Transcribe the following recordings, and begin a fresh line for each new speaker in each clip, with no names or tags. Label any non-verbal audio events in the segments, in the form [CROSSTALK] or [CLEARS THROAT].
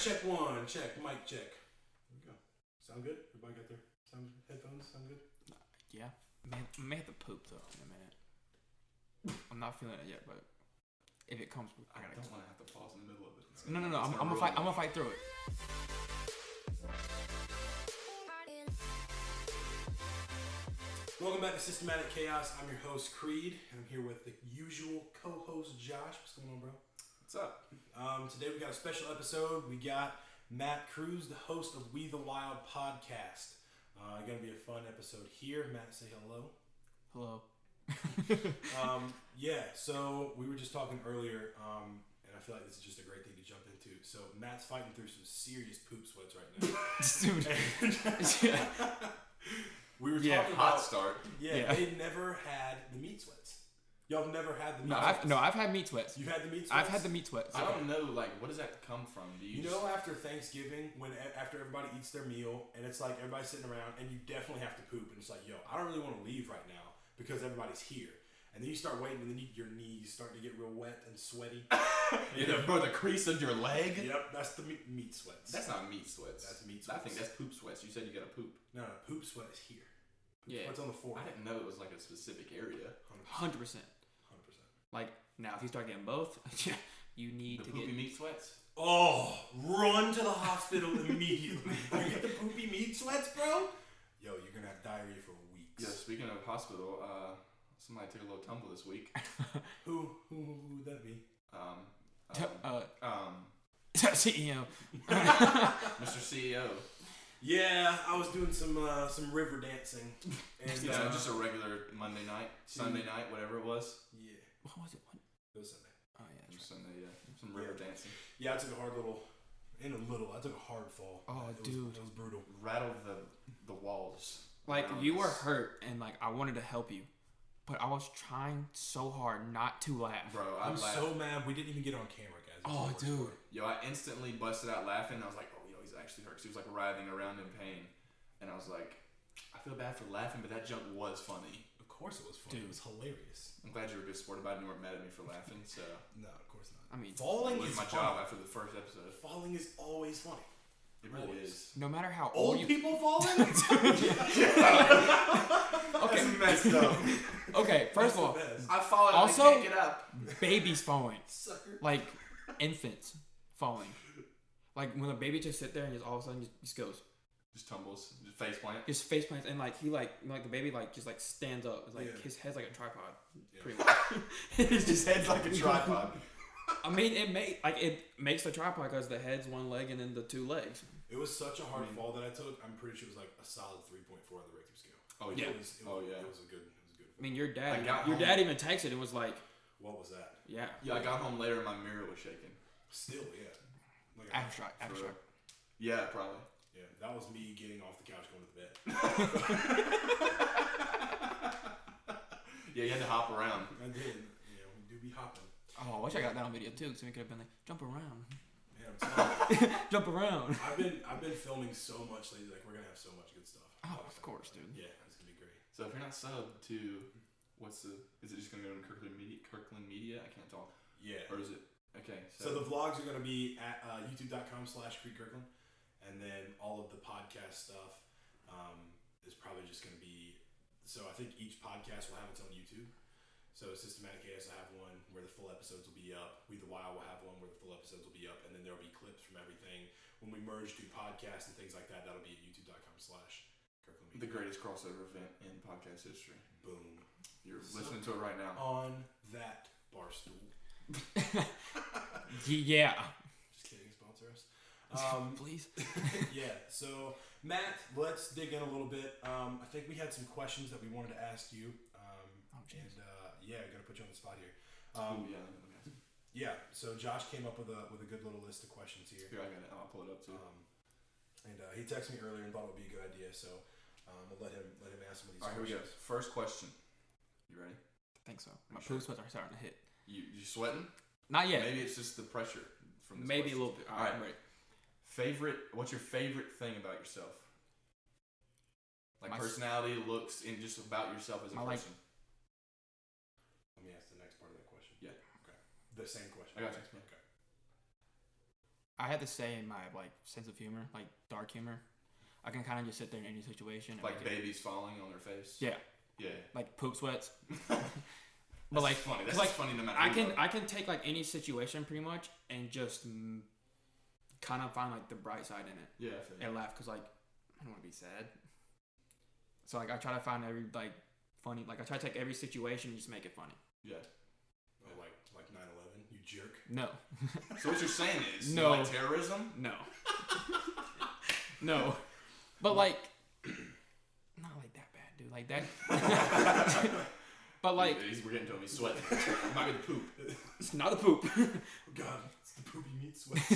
Check one, check, mic check. There we go. Sound good? Everybody got their sound headphones? Sound good?
Yeah. Man, I may have to poop though in a minute. I'm not feeling it yet, but if it comes, I
I
gotta.
don't want to have to pause in the middle of it. It's
No, no, no.
it's
I'm, I'm gonna
ruin
fight.
it.
I'm gonna fight through it.
Welcome back to Systematic Chaos. I'm your host, Creed, and I'm here with the usual co host, Josh. What's going on, bro?
What's up?
Um, today we got a special episode. We got Matt Cruz, the host of We the Wild podcast. Uh, going to be a fun episode here. Matt, say hello.
Hello. [LAUGHS]
um, yeah, so we were just talking earlier, um, and I feel like this is just a great thing to jump into. So Matt's fighting through some serious poop sweats right
Dude. [LAUGHS]
now. [LAUGHS] we were talking
Yeah,
about
Hot start.
yeah,
Yeah.
they never had the meat sweats. Y'all have never had the meat
No,
sweats.
I've no. I've had meat sweats.
You've had the meat sweats.
I've had the meat sweats.
I don't know, like, what does that come from? Do you,
You
[LAUGHS]
know, after Thanksgiving, when a- after everybody eats their meal, and it's like everybody's sitting around, and you definitely have to poop, and it's like, yo, I don't really want to leave right now because everybody's here. And then you start waiting, and then you, your knees start to get real wet and
[LAUGHS]
sweaty.
you know, bro, the crease of your leg?
Yep, that's the meat, meat sweats.
That's not meat sweats.
That's meat
I think
sweats.
that's poop sweats. You said you got to poop.
no, no, poop sweat is here.
Yeah.
What's on the floor?
I didn't know it was like a specific area.
Hundred percent.
100%.
Like now, if you start getting both, [LAUGHS] yeah, you need
The
to
poopy
get.
meat sweats.
Oh, run to the hospital [LAUGHS] immediately. you get the poopy meat sweats, bro? Yo, you're gonna have diarrhea for weeks.
Yeah. Speaking of hospital, uh, somebody took a little tumble this
[LAUGHS]
week.
Who, who, who would that be?
Um,
T-
um,
uh, [LAUGHS]
um,
CEO.
Mr. CEO.
Yeah, I was doing some uh, some river dancing. And,
You
uh,
know, just a regular Monday night,
Mm-hmm.
Sunday night, whatever it was.
yeah,
What was it? What?
it was Sunday.
Oh yeah. That's right.
Sunday, yeah. Some river dancing.
Yeah, I took a hard little, in a little, I took a hard fall.
Oh,
it was,
dude.
It was brutal.
Rattle the the walls.
Like
around
[LAUGHS]
you were
us.
hurt, and like I wanted to help you, but I was trying so hard not to laugh.
Bro, I
I'm
laughed.
so mad we didn't even get on camera, guys. It was the
Oh,
worst
dude.
part.
Yo, I instantly busted out laughing. I was like, oh, yo, he's actually hurt. 'Cause he was like writhing around in pain. And I was like, I feel bad for laughing, but that joke was funny.
Of course it was funny.
Dude.
It was hilarious.
I'm glad you were a good sport about it and you weren't mad at me for laughing. So,
No, of course not.
I mean,
it
Falling
was
is
my
funny.
job after the first episode.
Falling is always funny.
It really
Always.
is.
no matter how
Old
old Oh, you.
people falling? [LAUGHS]
Okay.
messed up.
Okay, [LAUGHS] first
That's
of all,
the best.
I fall and
Also-
I can't get up.
babies falling,
Sucker.
like infants falling, like when a baby just sit there and just all of a sudden just, just goes,
Just tumbles. Just face plant. [LAUGHS]
his face plants, and like he like like the baby like just like stands up, it's like
Yeah.
his head's like a tripod,
Yeah.
pretty much. [LAUGHS] It's just-
head's like a tripod.
[LAUGHS]
I mean, it make like it makes the tripod because the head's one leg and then the two legs.
It was such a
Mm.
hard fall that I took. I'm pretty sure it was like a solid 3.4 on the Richter scale.
Oh,
It
yeah.
was, it was,
Oh, yeah.
It was a good. It was a good.
I mean, your
I
dad,
got
your
home.
dad even texted and was like,
What was that?
yeah,
Yeah, I got home later and my mirror was shaking.
Still, yeah. Like I-
abstract, abstract.
Yeah, probably.
yeah, that was me getting off the couch, going to the bed.
Yeah, you had to hop around.
I did. You know, we do be hopping.
Oh, I wish I got that on video too, because we could have been like, jump around, [LAUGHS]
Man, I'm telling you,
jump around. [LAUGHS]
I've been I've been filming so much lately. Like we're gonna have so much good stuff.
Oh, of course, dude. [LAUGHS]
Yeah, it's gonna be great.
So if you're not subbed to what's the is it just gonna go to Kirkland Media Kirkland Media? I can't talk.
Yeah.
Or is it okay,
So
so,
the vlogs are going to be at uh, youtube.com slash Creed Kirkland. And then all of the podcast stuff um, is probably just going to be. So I think each podcast will have its own YouTube. So Systematic Chaos will have one where the full episodes will be up. We the Wild will have one where the full episodes will be up. And then there will be clips from everything. When we merge to podcasts and things like that, that'll be at youtube.com slash Kirkland
the
Media.
greatest crossover event in podcast history.
Boom.
You're listening to it right now.
On that barstool.
Yeah,
Just kidding, sponsor
[LAUGHS]
us. Um,
please.
yeah. So Matt, let's dig in a little bit. Um, I think we had some questions that we wanted to ask you. Um,
Oh, jeez.
and uh, yeah, I'm gonna put you on the spot here.
Oh
Um,
yeah, let me ask you.
yeah. So Josh came up with a with a good little list of questions here.
Here I got it. I'll pull it up too.
Um, and uh, he texted me earlier and thought it would be a good idea. So um, we'll let him let him ask some of these.
Alright, here we
questions.
go. First question. You ready?
I think so. My
I'm sure.
poop sweats are starting to hit.
You you sweating?
Not yet. Maybe,
Maybe it's just the pressure from
a
this question.
little bit. All
All
right,
right.
right.
Favorite what's your favorite thing about yourself? Like
My s-
personality, looks, and just about yourself as a
My, like-
person.
Let me ask the next part of that question.
Yeah.
Okay. The same question.
I got you.
Okay.
I have to say in my like sense of humor, like dark humor, I can kind of just sit there in any situation. And
Like
make it-
babies falling on their face.
Yeah.
Yeah.
like poop sweats.
That's
But like
funny. [LAUGHS] That's
like,
like funny no matter.
I
who
can
though.
I can take like any situation pretty much and just mm, kind of find like the bright side in it.
Yeah. I feel you.
and laugh because like I don't want to be sad. So like I try to find every like funny like I try to take every situation and just make it funny.
Yeah.
Oh, like like 9/11, you jerk.
No,
So what you're saying is
No.
like terrorism?
no, no. But like [CLEARS THROAT] not like that bad, dude. Like that. [LAUGHS] but like
He's- we're getting to him.
[LAUGHS]
He's sweating. I'm not gonna poop.
it's not a poop.
Oh God, it's the poopy meat
[LAUGHS]
sweats.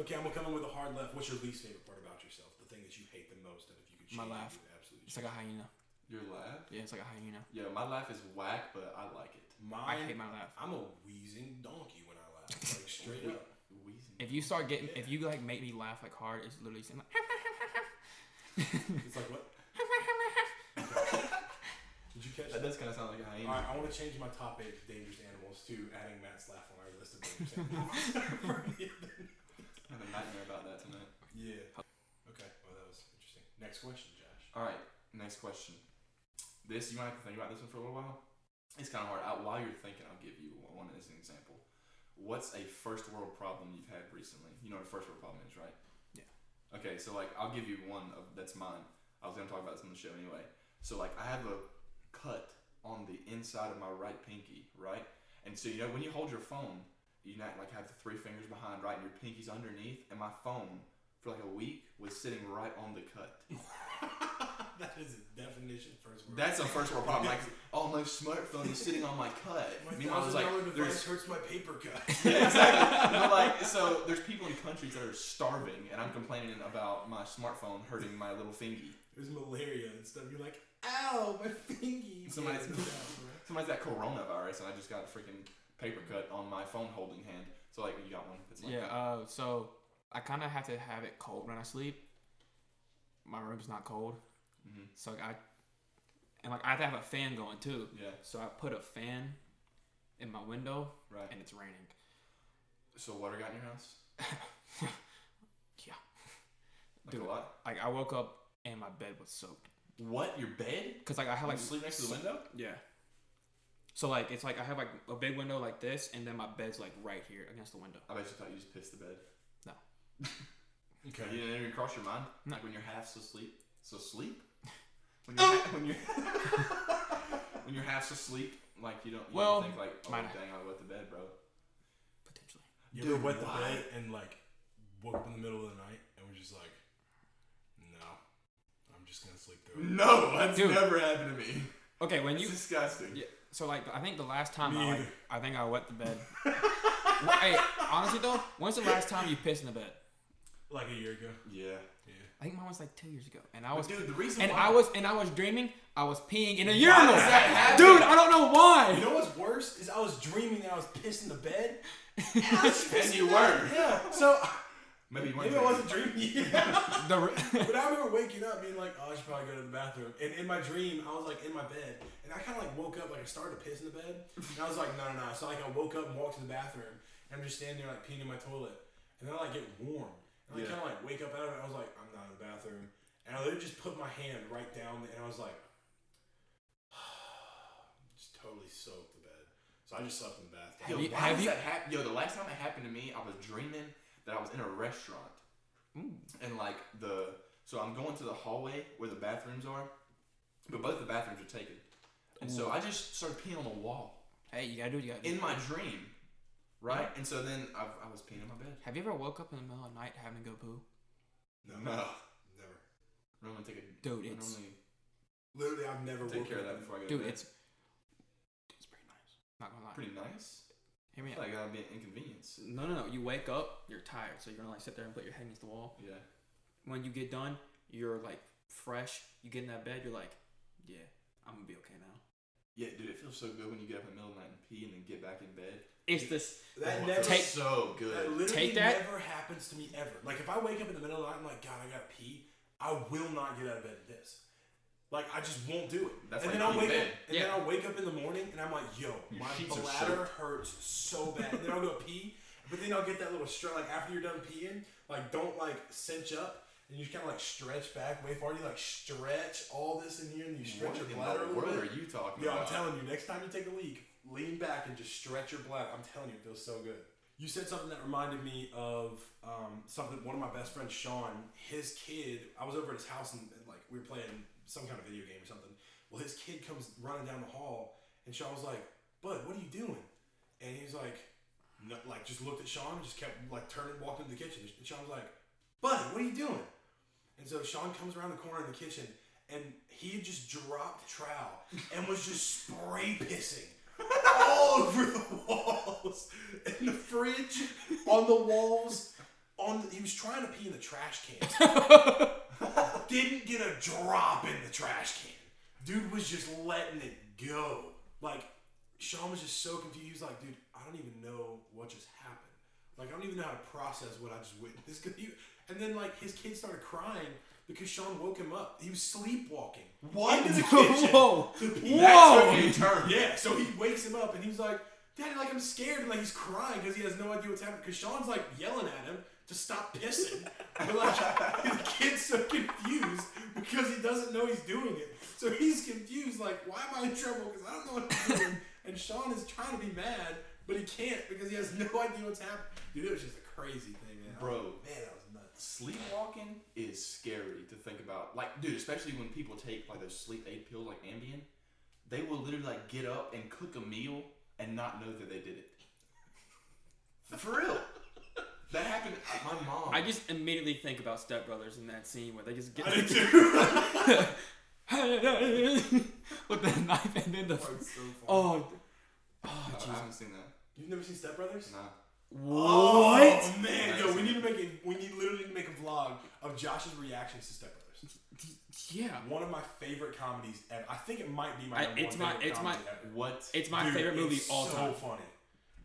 okay, I'm gonna come in with a hard left. What's your least favorite part about yourself? The thing that you hate the most, and if you could change,
My
it,
laugh.
you would absolutely.
it's like a hyena.
Your laugh?
Yeah, it's like a hyena.
Yeah, my laugh is whack, but I like it.
change. Mine,
I hate my laugh.
I'm a wheezing donkey when I laugh,
[LAUGHS]
like straight up.
Wheezing.
If you start getting, if you like make me laugh like hard, it's literally saying like.
It's like what?
[LAUGHS]
Did you catch
that
that?
does kind of sound like a hyena.
All right, I want to change my top eight dangerous animals to adding Matt's laugh on our list of
[LAUGHS]
dangerous animals. [LAUGHS]
I had a nightmare about that tonight.
yeah. Okay. Well, that was interesting. Next question, Josh. [LAUGHS]
All right, next question. This you might have to think about this one for a little while. It's kind of hard. I, while you're thinking, I'll give you one as an example. What's a first world problem you've had recently? You know what a first world problem is, right?
Yeah.
Okay, so like I'll give you one of that's mine. I was gonna talk about this on the show anyway. So like I have a cut on the inside of my right pinky, right? And so you know when you hold your phone, you not like have the three fingers behind, right, and your pinky's underneath. And my phone for like a week was sitting right on the cut.
that is a definition first word.
That's a first world problem. Like, oh, my smartphone is sitting on my cut.
My
Meanwhile,
thousand
it's like,
dollar device
[LAUGHS] there's
hurts my paper cut.
[LAUGHS] yeah, exactly. But like, so there's people in countries that are starving, and I'm complaining about my smartphone hurting my little thingy.
[LAUGHS] There's malaria and stuff. You're like, ow, my fingy.
Somebody's-
Yeah, it's-
Somebody's got coronavirus, and I just got a freaking paper cut on my phone holding hand. So like, you got one? It's like
Yeah, uh, so I kind of have to have it cold when I sleep. My room's not cold,
Mhm.
so like, I and like I have to have a fan going too.
uh, Yeah.
So I put a fan in my window,
Right.
and it's raining.
So water got in your house?
[LAUGHS] Yeah.
Like
Dude.
a lot.
Like I woke up and my bed was soaked
What? Your bed?
because like I had
Like
like
you sleep next to the
so-
window?
Yeah. So like it's like I have like a big window like this, and then my bed's like right here against the window.
I bet you thought you just pissed the bed.
Okay.
You didn't even cross your mind.
No.
Like when you're half so sleep, so sleep. When you're
Oh!
ha- when you're when you're [LAUGHS] half so sleep, like you don't. You
Well,
don't think like, oh
mine-
dang, I went to bed, bro.
Potentially.
You ever
Dude,
wet the
why?
bed and like woke up in the middle of the night and were just like, no, I'm just gonna sleep through it.
No, that's
Dude.
never happened to me.
Okay, when
It's
you
disgusting.
Yeah. So like I think the last time
Me
I like,
either.
I think I wet the
[LAUGHS]
bed. Well, hey, honestly though, when's the last time you pissed in the bed?
Like a year ago.
Yeah.
Yeah.
I think mine was like two years ago, and I
But
was
dude, the reason
and
why
I was and I was dreaming I was peeing in a
Why
urinal.
does that happen?
Dude, I don't know
You
why.
know what's worse is I was dreaming that I was pissed in the bed.
[LAUGHS]
And, I was
And you
pissing out.
were.
Yeah. So
maybe you weren't.
maybe I
drinking.
wasn't dreaming. [LAUGHS]
The re-
But I remember waking up being like, oh, I should probably go to the bathroom. And in my dream, I was like in my bed. And I kind of like woke up, like I started to piss in the bed. And I was like, no, no, no. So like I woke up and walked to the bathroom. And I'm just standing there like peeing in my toilet. And then I like get warm. And I
Yeah.
kind of like wake up out of it. I was like, I'm not in the bathroom. And I literally just put my hand right down. And I was like, [SIGHS] just totally soaked the bed. So I just slept in the
Yo,
bathtub.
Have you-
why
have
does
you-
that happen? Yo, the last time it happened to me, I was dreaming that I was in a restaurant, and like the so I'm going to the hallway where the bathrooms are, but both the bathrooms are taken, and so
Ooh.
I just started peeing on the wall
[LAUGHS] hey, you gotta do what you gotta do.
in my dream, right? And so then I, I was peeing in my bed.
Have you ever woke up in the middle of the night having to go poo?
No,
No,
never.
normally take a
Dude,
I
it's-
normally
Literally, I've never
take
woke
care of
up.
that before I go.
Dude,
to bed.
it's it's pretty nice. Not gonna lie.
pretty nice.
Hear me
Yeah,
out.
like that'd be an inconvenience.
No, no, no. You wake up, you're tired, so you're gonna like sit there and put your head against the wall.
Yeah,
when you get done, you're like fresh. You get in that bed, you're like, yeah, I'm gonna be okay now.
yeah, dude, it feels so good when you get up in the middle of the night and pee, and then get back in bed.
It's this.
That
oh, it
never
feels
Take-
so
That
good.
literally
Take that.
never happens to me ever. Like if I wake up in the middle of the night, I'm like, God, I gotta pee. I will not get out of bed to piss. Like I just won't do it.
That's
and
why
then I'll
you pee in
wake up,
bed.
and then
Yeah.
I'll wake up in the morning, and I'm like, Yo,
Your
my
sheets are
bladder hurts so bad. and then I'll go pee, But then I'll get that little stretch. Like after you're done peeing, like don't like cinch up. And you just kind of like stretch back way far. You like stretch all this in here, and you stretch your
What in
bladder a
the
little
world
bit.
are you talking
Yo, I'm
about?
telling you, next time you take a leak, lean back and just stretch your bladder. I'm telling you, it feels so good. You said something that reminded me of um, something. One of my best friends, Sean, his kid. I was over at his house and, and, like we were playing some kind of video game or something. Well, his kid comes running down the hall, and Sean was like, "Bud, what are you doing?" And he was like, no, "Like just looked at Sean, and just kept like turning, walking to the kitchen." And Sean was like, "Bud, what are you doing?" And so Sean comes around the corner in the kitchen and he had just dropped trowel and was just spray pissing all over the walls, in the fridge, on the walls. On the, he was trying to pee in the trash can.
[LAUGHS]
Didn't get a drop in the trash can. Dude was just letting it go. Like Sean was just so confused. He was like, "Dude, I don't even know what just happened. Like I don't even know how to process what I just witnessed." [LAUGHS] 'Cause he- And then like his kid started crying because Sean woke him up. He was sleepwalking. What? Into the kitchen
[LAUGHS] Whoa.
to pee.
Whoa.
Took a turn.
Yeah, so he wakes him up and he's like, Daddy, like I'm scared. And like he's crying because he has no idea what's happening. Because Sean's like yelling at him to stop pissing. [LAUGHS] but like, the kid's so confused because he doesn't know he's doing it. So he's confused, like, why am I in trouble? Because I don't know what I'm doing. [LAUGHS] and Sean is trying to be mad, but he can't because he has no [LAUGHS] idea what's happening. Dude, it was just a crazy thing, man. I was-
Bro.
Man, that was nuts. [LAUGHS]
Sleepwalking is scary to think about. Like, dude, especially when people take like those sleep aid pills like Ambien, they will literally like get up and cook a meal and not know that they did it. For real. That happened my mom.
I just immediately think about Step Brothers in that scene where they just get
I did too. [LAUGHS]
[LAUGHS] with the knife and then the
That's so funny.
oh
I,
oh
I
Jesus
haven't seen that.
You've never seen Step Brothers?
No.
what
Oh man, yo, we
Amazing.
need to make a we need literally to make a vlog of Josh's reactions to Step Brothers.
yeah
One of my favorite comedies ever. I think it might be my
I-
number
it's
one
my-
favorite
it's
comedy
my-
ever.
What?
it's my
Dude,
favorite movie
it's
all
so
time
funny.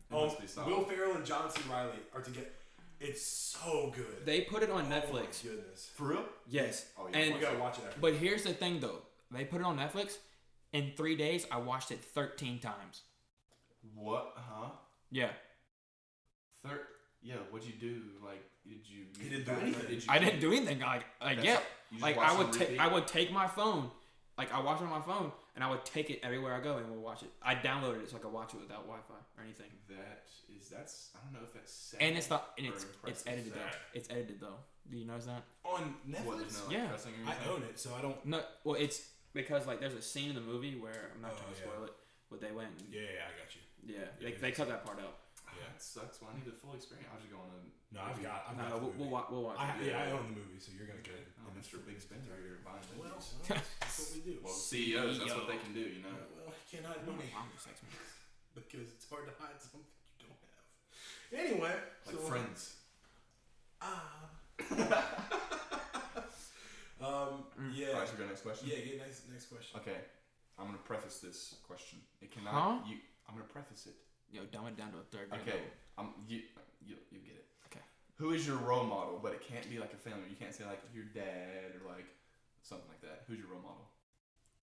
must
Oh,
be solid.
Will Ferrell and John C. Riley are together. It's so good.
they put it on
Oh my
Netflix
goodness.
For real?
yes
Oh, yeah.
We
and
gotta watch it after.
but here's the thing though they put it on Netflix in three days I watched it 13 times
What? Huh?
yeah
Third. Yeah. What'd you do? Like, did you?
He didn't do anything.
Did you,
I didn't do anything like like
That's-
yeah
you just
like
watched
I
it
would
on
take
repeat?
I would take my phone like I watch it on my phone and I would take it everywhere I go and would watch it I downloaded it so I could watch it without Wi-Fi or anything
That is. That's. I don't know if that's. Sad
And it's not. And
or
it's it's
impressive.
edited though. It's edited though. Do you notice that?
On
What? There's
Netflix,
no, like,
Yeah.
cussing or
I
anything?
own it, so I don't.
No. Well, it's because like there's a scene in the movie where I'm not
Oh,
trying to
yeah.
spoil it, but they went. And,
Yeah, yeah, I got you.
yeah.
Yeah,
They, they cut that part out.
Yeah.
Ah, That sucks. Well, I need the full experience. I'll just go on a.
No, I've got. I've
No,
got the
we'll,
movie.
we'll, wa- we'll watch.
I,
it.
yeah, I own the movie, so you're gonna get it.
Oh,
And
Mr.
it's-
Big Spencer over here buying
Well,
movies.
well, [LAUGHS] that's what we do.
Well, CEOs, E that's what
CEO.
they can do, you know.
Uh, well, I can't hide
I don't know
money.
why I'm just like-
because it's hard to hide something you don't have. Anyway,
Like
so,
friends.
Ah. [LAUGHS] um. Yeah.
All right, so go next question.
Yeah. Get next next question.
Okay, I'm gonna preface this question. It cannot.
Huh?
You. I'm gonna preface it.
Yo, dumb it down to a third. grade
Okay.
level.
I'm you. You. You get it.
Okay.
Who is your role model? But it can't be like a family. You can't say like your dad or like something like that. Who's your role model?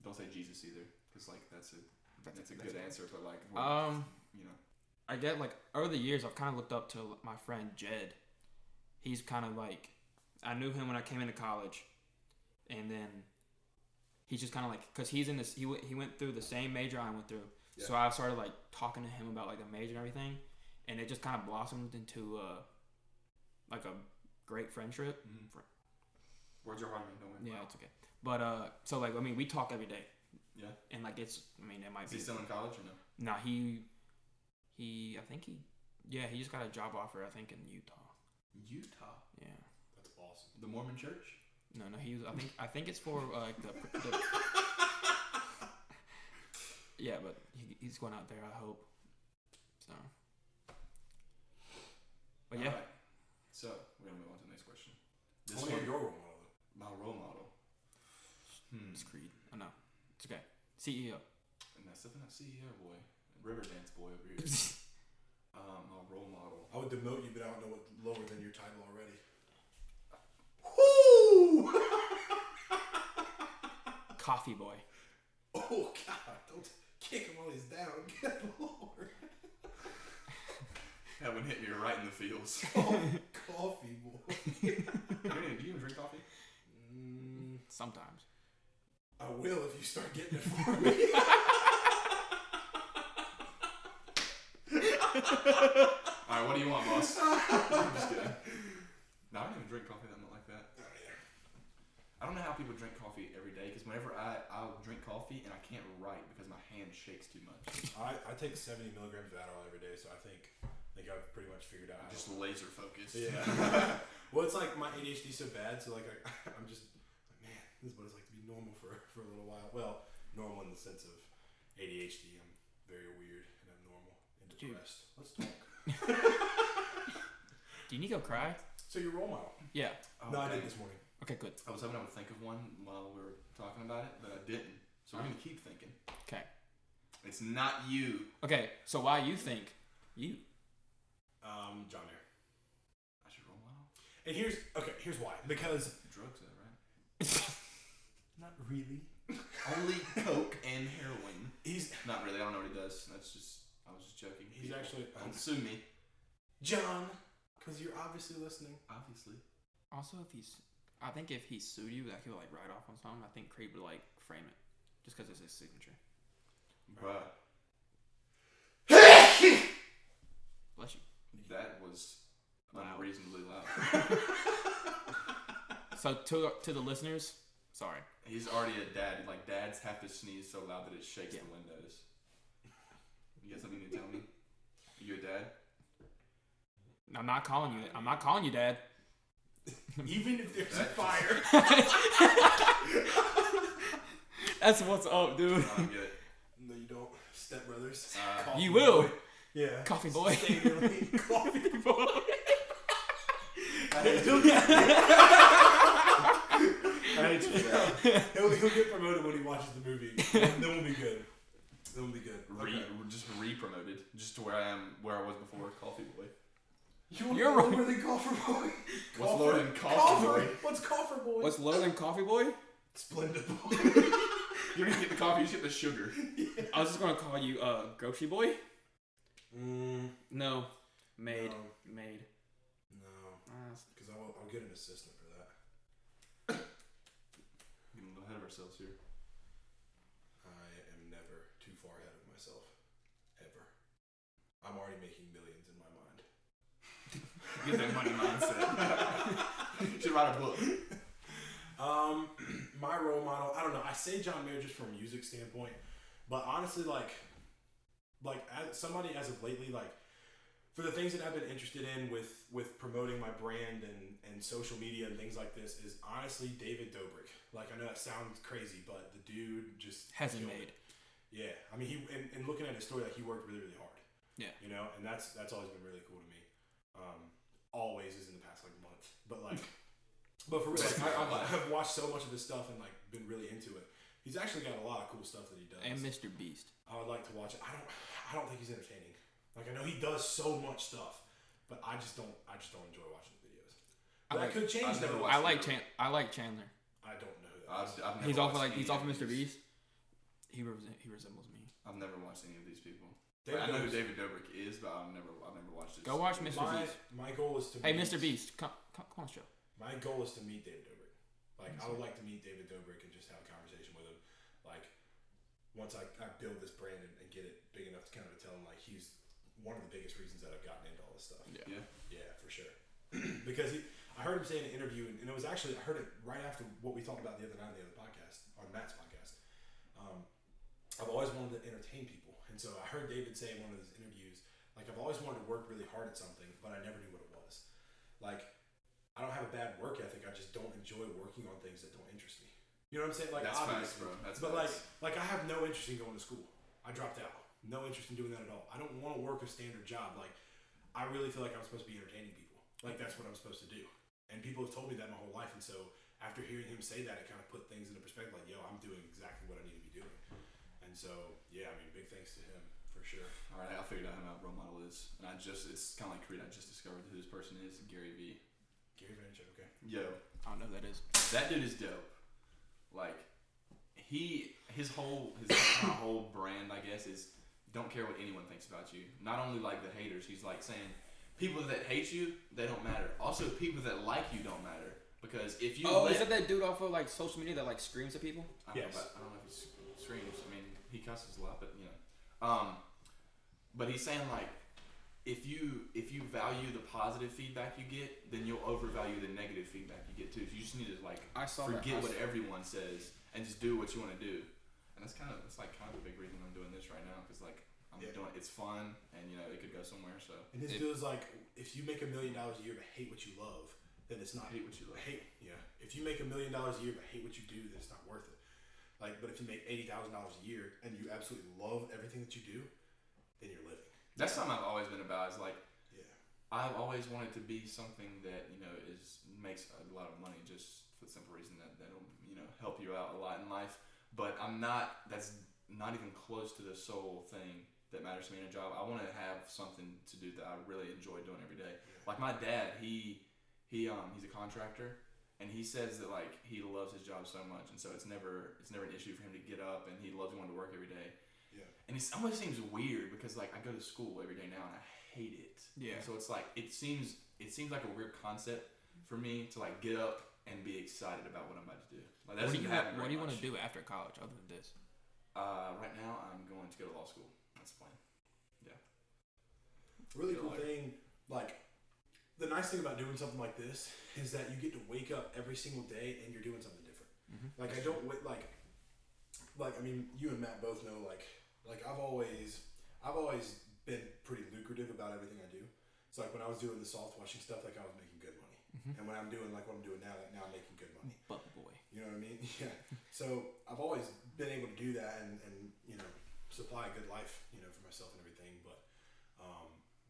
Don't say Jesus either, because like that's a that's, a good answer. Uh, But like, we're-
Um,
you know,
I get like over the years I've kind of looked up to my friend Jed. He's kind of like I knew him when I came into college, and then he's just kind of like because he's in this he went he went through the same major I went through, so I started like talking to him about like the major and everything, and it just kind of blossomed into uh like a great friendship.
Mm-hmm. words are hard. man, Don't worry.
Yeah, it's okay. But uh, so like I mean we talk every day.
Yeah.
And like it's I mean it might
Is
be
he still in college or no?
Nah, he he I think he yeah he just got a job offer I think in Utah.
Utah,
Yeah.
That's awesome.
the Mormon Church.
No, no, he was. I think I think it's for uh, like the, the [LAUGHS] yeah, but he, he's going out there. I hope. So. But yeah,
Alright. So we're gonna move on to the next question.
I
This
wanna hear
one,
your role model.
my role model. Hmm.
it's Creed. I know. It's okay. E CEO.
And that's definitely not CEO boy, Riverdance boy
[LAUGHS]
over here. um, my role model.
I would demote you, but I don't know what lower than your title already.
Whoo!
Coffee boy.
[LAUGHS] Oh [LAUGHS] God! Don't kick him while he's down. Good lord.
That one hit me right in the
[LAUGHS]
feels.
coffee, boy.
do you do you even drink coffee?
Mm,
Sometimes.
I will if you start getting it for me. [LAUGHS]
All right, what do you want,
[LAUGHS]
boss? I'm just kidding. No, I don't even drink coffee that much like that. I don't know how people drink coffee every day because whenever I I'll drink coffee and I can't write because my hand shakes too much.
I, I take 70 milligrams of Adderall every day, so I think I think I've pretty much figured out how
I'm just laser focused.
Yeah.
[LAUGHS]
well, it's like my ADHD so bad, so like I, [LAUGHS] I'm just like, man, this is what it's like to be normal for [LAUGHS] for a little while. Well, normal in the sense of ADHD. I'm very weird and abnormal and
Dude.
depressed. Let's talk.
Do you need to go cry?
So your role model?
Yeah.
Oh,
no, I
dang.
did this morning.
Okay, good.
I was hoping I would think of one while we were talking about it, but I didn't. So we're gonna keep thinking.
Okay.
It's not you.
Okay, so why you think you? [LAUGHS]
Um, John Mayer.
I should roll one off.
And here's okay. Here's why. Because
Drugs, though,
not really.
right? Only coke and heroin.
He's
Not really. I don't know what he does. That's just. I was just joking.
he's actually
Don't sue me.
John, because you're obviously
[LAUGHS]
listening.
Obviously.
Also, if he's, I think if he sued you, like he would like write off on something. I think Creed would like frame it, just because it's his signature.
Bruh.
Bless you.
That was
Loud.
unreasonably loud.
So to to the listeners, sorry.
He's already a dad. Like dads have to sneeze so loud that it shakes
Yeah.
the windows. You got something to tell me? Are you a dad?
I'm not calling you. I'm not calling you, Dad.
Even if there's a
That just-
fire,
That's what's up, dude.
I don't get it.
[LAUGHS] no, you don't. Step brothers.
Uh,
Coffee
You will.
boy. Yeah.
Coffee boy.
Stay in your lane. Coffee
I hate you. I hate you. for that.
[LAUGHS] he'll, he'll get promoted when he watches the
[LAUGHS]
movie. then we'll be good. Then we'll be good.
Re- Just re-promoted, just to where I am, where I was before, coffee boy.
You want
You're
You're lower than Coffer Boy?
What's lower than Coffer Boy?
What's Coffer Boy?
What's lower than Coffee Boy?
Splendid
[LAUGHS]
Boy?
You don't even get the coffee, you just get the sugar.
I was just gonna call you uh Grocery Boy.
mm,
No, maid,
No,
maid.
no.
Uh,
Because I'll, I'll get an assistant for that.
Getting a little ahead of ourselves [LAUGHS] here.
I am never too far ahead of myself. Ever. I'm already making millions in my
[LAUGHS]
mind.
Get that money mindset.
[LAUGHS]
Should write a book.
Um, [CLEARS THROAT] my role model, I don't know. I say John Mayer just from a music standpoint, but honestly, like, like as somebody as of lately, like, for the things that I've been interested in with with promoting my brand and and social media and things like this is honestly David Dobrik. Like, I know that sounds crazy, but the dude just
hasn't
killed it.
made.
Yeah, I mean, he and, and looking at his story, like he worked really, really hard.
Yeah.
you know, and that's that's always been really cool to me. Um, always is in the past like month, but like, but for real, like, I, I've, I've watched so much of his stuff and like been really into it. He's actually got a lot of cool stuff that he does.
And Mr. Beast.
I would like to watch it. I don't, I don't think he's entertaining. Like I know he does so much stuff, but I just don't, I just don't enjoy watching the videos.
I
That
like-
could change
I've never
though.
watched-
Oh, I like Chan- I like Chandler.
I don't know. Who that
I've,
is.
I've never
He's off
watched
like he's
any
off of Mr.
these.
Beast. He represent, he resembles me.
I've never watched any of these people.
David
I know who
Dobrik-
David Dobrik is, but I've never I've never watched it.
Go watch Mr.
My,
Beast.
my goal is to.
Hey,
meet-
Mr. Beast, come come, come on, show.
My goal is to meet David Dobrik. Like, I would like to meet David Dobrik and just have a conversation with him. Like, once I, I build this brand and, and get it big enough to kind of tell him, like, he's one of the biggest reasons that I've gotten into all this stuff.
Yeah.
Yeah.
Yeah, for sure. [CLEARS THROAT] because he, I heard him say in an interview, and, and it was actually, I heard it right after what we talked about the other night on the other podcast, on Matt's podcast. Um, I've always wanted to entertain people. And so I heard David say in one of his interviews, like, I've always wanted to work really hard at something, but I never knew what it was. Like, I don't have a bad work ethic. I just don't enjoy working on things that don't interest me. You know what I'm saying? Like,
That's facts,
obviously.
bro. That's
But like,
facts.
like I have no interest in going to school. I dropped out. No interest in doing that at all. I don't want to work a standard job. Like, I really feel like I'm supposed to be entertaining people. Like that's what I'm supposed to do. And people have told me that my whole life. And so after hearing him say that, it kind of put things into perspective. Like, yo, I'm doing exactly what I need to be doing. And so, yeah, I mean, big thanks to him for sure.
All right, I figured out who my role model is, and I just it's kind of like Creed. I just discovered who this person is, Gary V.
Gary Vaynerchuk, okay.
Yo,
I don't know who that is.
that dude is dope. Like he his whole his kind of whole brand, I guess, is don't care what anyone thinks about you. Not only like the haters, he's like saying People that hate you, they don't matter. Also, people that like you don't matter because if you
Oh,
let-
is that that dude off of like social media that like screams at people?
I don't,
Yes.
know about, I don't know if he sc- screams. I mean, he cusses a lot, but you know. Um, but he's saying like, if you if you value the positive feedback you get, then you'll overvalue the negative feedback you get too. So you just need to like
I saw that.
forget
I
what
saw-
everyone says and just do what you want to do. And that's kind of that's like kind of a big reason I'm doing this right now because like I'm
Yeah.
doing it's fun and you know it could go somewhere. So
And this
It-
dude's like, if you make a million dollars a year but hate what you love, then it's not
hate what you like.
hate. Yeah. If you make a million dollars a year but hate what you do, then it's not worth it. Like, but if you make eighty thousand dollars a year and you absolutely love everything that you do, then you're living.
That's something I've always been about. Is like
Yeah.
I've always wanted to be something that you know is makes a lot of money, just for the simple reason that that'll you know help you out a lot in life. But I'm not. That's not even close to the sole thing that matters to me in a job. I want to have something to do that I really enjoy doing every day. Like my dad, he he um he's a contractor, and he says that like he loves his job so much, and so it's never it's never an issue for him to get up, and he loves going to work every day.
Yeah.
And it's almost seems weird because like I go to school every day now and I hate it.
Yeah.
And so it's like it seems it seems like a weird concept for me to like get up and be excited about what I'm about to do.
What
Like that
do
doesn't
you
happen
want, What
very
do you want
much.
to do after college other than this?
Uh, right now I'm going to go to law school. That's the plan.
really
feel
cool
like-
thing like the nice thing about doing something like this is that you get to wake up every single day and you're doing something different
Mhm.
like i don't wait like like i mean you and matt both know like like i've always i've always been pretty lucrative about everything i do so like when i was doing the salt washing stuff like i was making good money and when i'm doing like what i'm doing now like now i'm making good money
Butt boy.
you know what I mean? [LAUGHS] Yeah. So I've always been able to do that and, and you know, supply a good life, you know, for myself and everything. But um,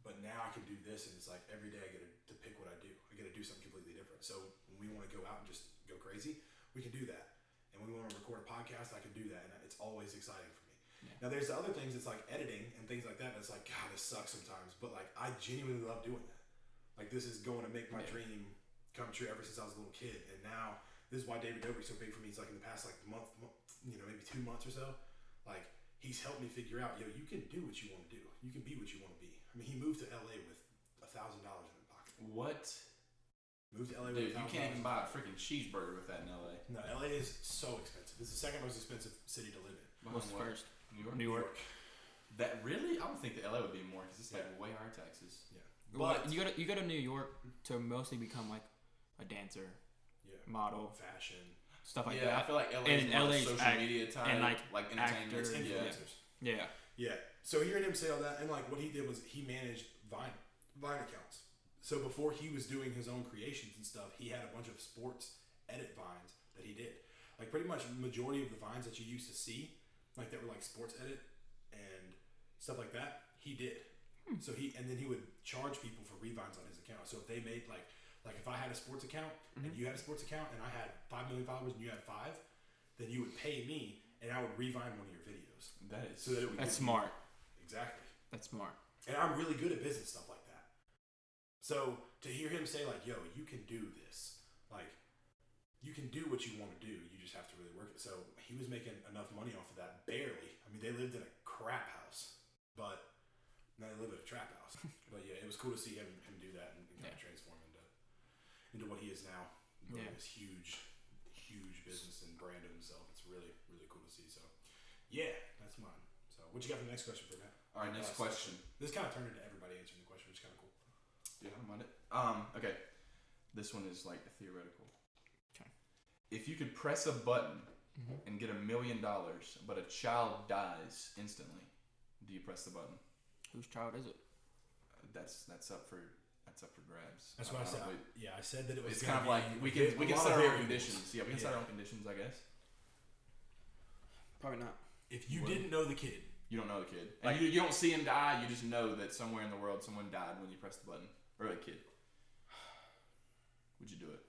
but now I can do this and it's like every day I get to, to pick what I do. I get to do something completely different. So when we want to go out and just go crazy, we can do that. And when we want to record a podcast, I can do that. And it's always exciting for me.
Yeah.
Now there's the other things it's like editing and things like that. And it's like, God, this sucks sometimes. But like I genuinely love doing that. Like this is going to make my
Yeah.
dream come true ever since I was a little kid. And now this is why David Dobrik's so big for me. It's like in the past like month, month, you know, maybe two months or so, like he's helped me figure out, yo, you can do what you want to do. You can be what you want to be. I mean, he moved to LA with a thousand dollars in his pocket.
What?
Moved to LA
Dude,
with a
you
thousand
can't even
dollars.
buy a freaking cheeseburger with that in LA.
No, LA is so expensive. It's the second most expensive city to live in.
What's
What?
first?
New York.
New York.
That really? I would think that LA would be more because it's like way higher taxes.
But
But-
you go to you go to New York to mostly become like a dancer,
Yeah.
model,
Fashion.
stuff like
yeah, I
that.
feel like LA
And
is more
LA's
social
act-
media type,
and, like,
like entertainment.
actor-
Yeah.
Influencers.
Yeah.
Yeah. So hearing him say all that, and like what he did was he managed Vine Vine accounts. So before he was doing his own creations and stuff, he had a bunch of sports edit vines that he did. Like pretty much majority of the vines that you used to see, like that were like sports edit and stuff like that, he did. So he and then he would charge people for revines on his account. So if they made like like if I had a sports account and you had a sports account and I had five million followers and you had five, then you would pay me and I would revine one of your videos.
That is.
So that it would
That's
get-
smart.
Exactly.
That's smart.
And I'm really good at business stuff like that. So to hear him say like, "Yo, you can do this," like you can do what you want to do. You just have to really work it. So he was making enough money off of that barely. I mean, they lived in a crap house, but now they live in a trap
[LAUGHS]
house. but yeah, it was cool to see him him do that and, kind
Yeah.
of transform into into what he is now. Building
Yeah.
this huge, huge business and brand of himself. It's really really cool to see. So yeah, that's mine. So what you got for the next question for Matt?
All right, next
Awesome.
question.
This kind of turned into everybody answering the question, which is kind of cool.
Yeah, I don't mind it. Um, okay. This one is like theoretical.
Okay.
If you could press a button
Mhm.
and get a million dollars, but a child dies instantly, do you press the button?
Whose child is it?
That's that's up for that's up for grabs.
That's what I said.
probably-
yeah, I said that it was.
It's
gonna
kind of
be
like we can
a
we can
lot of
set our own
variables.
conditions. Yeah, we can set our own conditions, I guess.
Probably not.
If you
What?
didn't know the kid,
You don't know the kid.
Like-
Like you, you don't see him die. You just know that somewhere in the world someone died when you pressed the button or a kid. Would you do it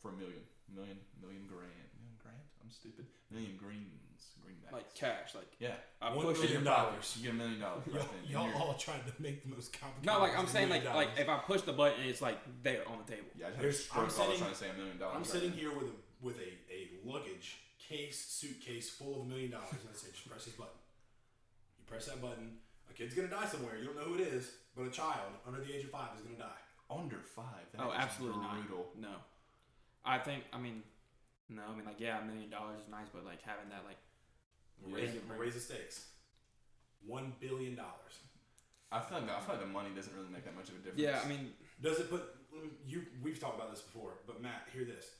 for a million, million, million grand, million grand? I'm stupid. Million greens, greenbacks.
Like cash. Like
yeah,
I
One
push
million
it.
In your
dollars.
pockets, You get a million
[LAUGHS]
dollars.
y'all,
right then, and
y'all
you're-
all tried to make the most complicated.
No, like I'm
thing
saying, like
we've done.
like if I push the button, it's like there on the table.
yeah. I just had a
There's- I'm
stroke while I was
sitting-
trying to say a million dollars.
I'm
right
sitting
then.
here with a with a, a luggage case suitcase full of a million dollars, and I say just press this button. You press that button, a a kid's gonna die somewhere. You don't know who it is, but a child under the age of five is gonna die.
Under five. that
oh,
is
absolutely
brutal.
not. No, I think I mean, no, I mean like yeah, a million dollars is nice, but like having that like
We'll raise,
Yeah.
we'll raise the stakes. One billion dollars.
I feel like the, I feel like the money doesn't really make that much of a difference.
yeah, I mean
Does it put you? We've talked about this before, but Matt, hear this: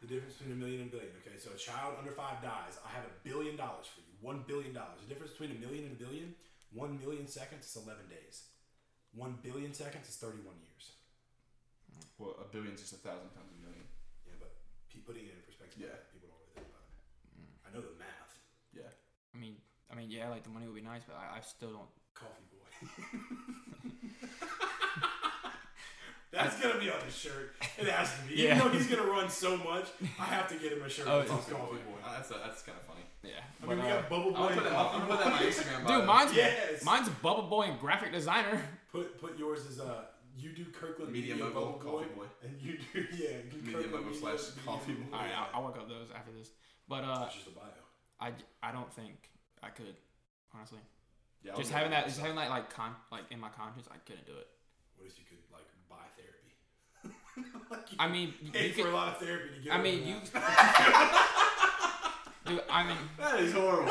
the difference between a million and a billion. Okay, so a child under five dies. I have a billion dollars for you. One billion dollars. The difference between a million and a billion. One million seconds is eleven days. One billion seconds is thirty-one years.
well, a billion's just a thousand times a million.
Yeah, but pe- putting it in perspective,
Yeah.
people don't really think about it. I know the math.
I mean I mean yeah, like the money would be nice, but I, I still don't.
Coffee boy. [LAUGHS] That's gonna be on his shirt. It has to be.
Yeah.
Even though he's gonna run so much, I have to get him a shirt
Oh,
that says
it's-
coffee boy.
Uh, that's that's kind of funny.
Yeah,
I mean,
but,
we
uh,
got Bubble Boy.
I'll put,
and
that, I'll, I'll put that in my
Coffee Boy.
Instagram bio.
dude, mine's
Yes.
mine's Bubble Boy and graphic designer. [LAUGHS]
Put put yours as uh, you do Kirkland
Media
Media,
Mogul,
Bubble Boy,
Coffee Boy.
and you do [LAUGHS] yeah you
Media
Kirkland
Mogul slash
Media
Coffee Boy.
All right, I'll, I'll work up those after this, but uh,
That's just a bio.
I, I don't think I could honestly.
Oh, Yeah, I'll
Just
do
having that, just having that like con like in my conscience, I couldn't do it.
What if you could like buy therapy? [LAUGHS] like you
I mean, you,
pay
you
for
could,
a lot of therapy to get.
I
over
mean,
that.
you. Dude, I mean,
That is [LAUGHS] horrible.